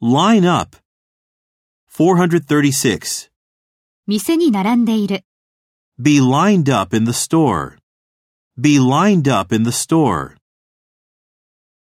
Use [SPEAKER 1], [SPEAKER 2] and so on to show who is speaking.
[SPEAKER 1] Line up. 436.
[SPEAKER 2] 店に並んでいる。
[SPEAKER 1] Be lined up in the store. Be lined up in the store.